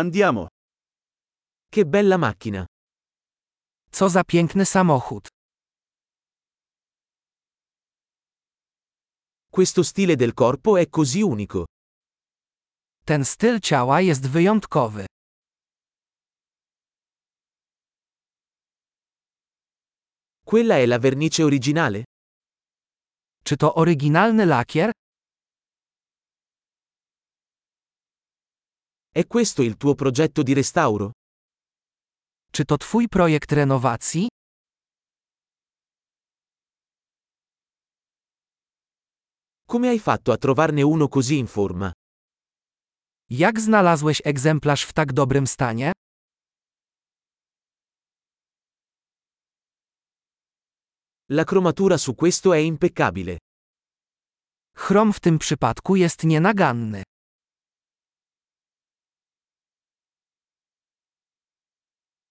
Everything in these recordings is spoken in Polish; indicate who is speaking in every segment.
Speaker 1: Andiamo.
Speaker 2: Che bella macchina. Co za piękny samochód.
Speaker 1: Questo stile del corpo è così unico.
Speaker 2: Ten styl ciała jest wyjątkowy.
Speaker 1: Quella è la vernice originale?
Speaker 2: Czy to oryginalny lakier?
Speaker 1: È questo il tuo progetto di restauro?
Speaker 2: Czy to twój projekt renowacji?
Speaker 1: Come hai fatto a trovarne uno così in forma?
Speaker 2: Jak znalazłeś egzemplarz w tak dobrym stanie?
Speaker 1: La cromatura su questo è impeccabile.
Speaker 2: Chrom w tym przypadku jest nienaganny.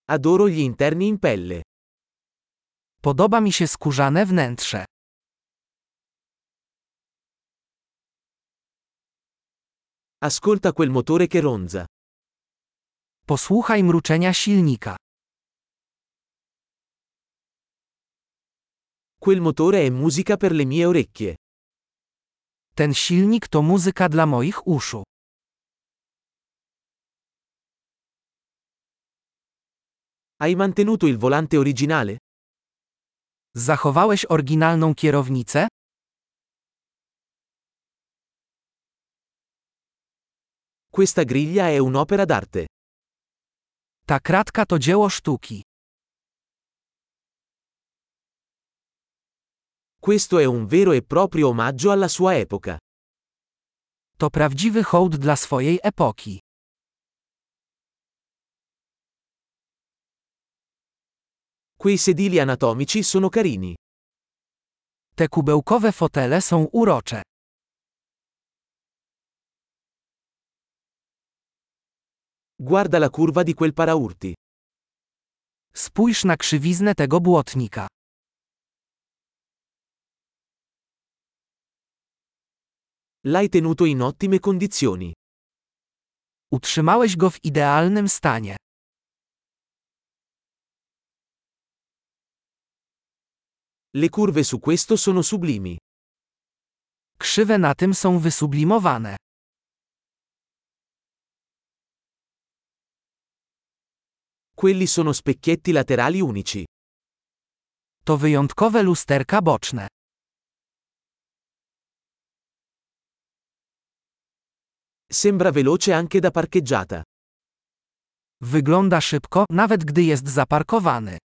Speaker 1: Adoro gli interni in pelle.
Speaker 2: Podoba mi się skórzane wnętrze.
Speaker 1: Ascolta quel motore che ronza.
Speaker 2: Posłuchaj mruczenia silnika.
Speaker 1: Quel motore è musica per le mie orecchie.
Speaker 2: Ten silnik to muzyka dla moich uszu.
Speaker 1: Hai mantenuto il volante originale?
Speaker 2: Zachowałeś oryginalną kierownicę?
Speaker 1: Questa griglia è un'opera d'arte.
Speaker 2: Ta kratka to dzieło sztuki.
Speaker 1: Questo è un vero e proprio omaggio alla sua epoca.
Speaker 2: To prawdziwy hołd dla swojej epoki.
Speaker 1: Quei sedili anatomici sono carini.
Speaker 2: Te kubełkowe fotele są urocze.
Speaker 1: Guarda la curva di quel paraurti.
Speaker 2: Spójrz na krzywiznę tego błotnika.
Speaker 1: L'hai tenuto in ottime condizioni.
Speaker 2: Utrzymałeś go w idealnym stanie.
Speaker 1: Le curve su questo sono sublimi.
Speaker 2: Krzywe na tym są wysublimowane.
Speaker 1: Quelli sono specchietti laterali unici.
Speaker 2: To wyjątkowe lusterka boczne.
Speaker 1: Sembra veloce anche da parcheggiata.
Speaker 2: Wygląda szybko, nawet gdy jest zaparkowany.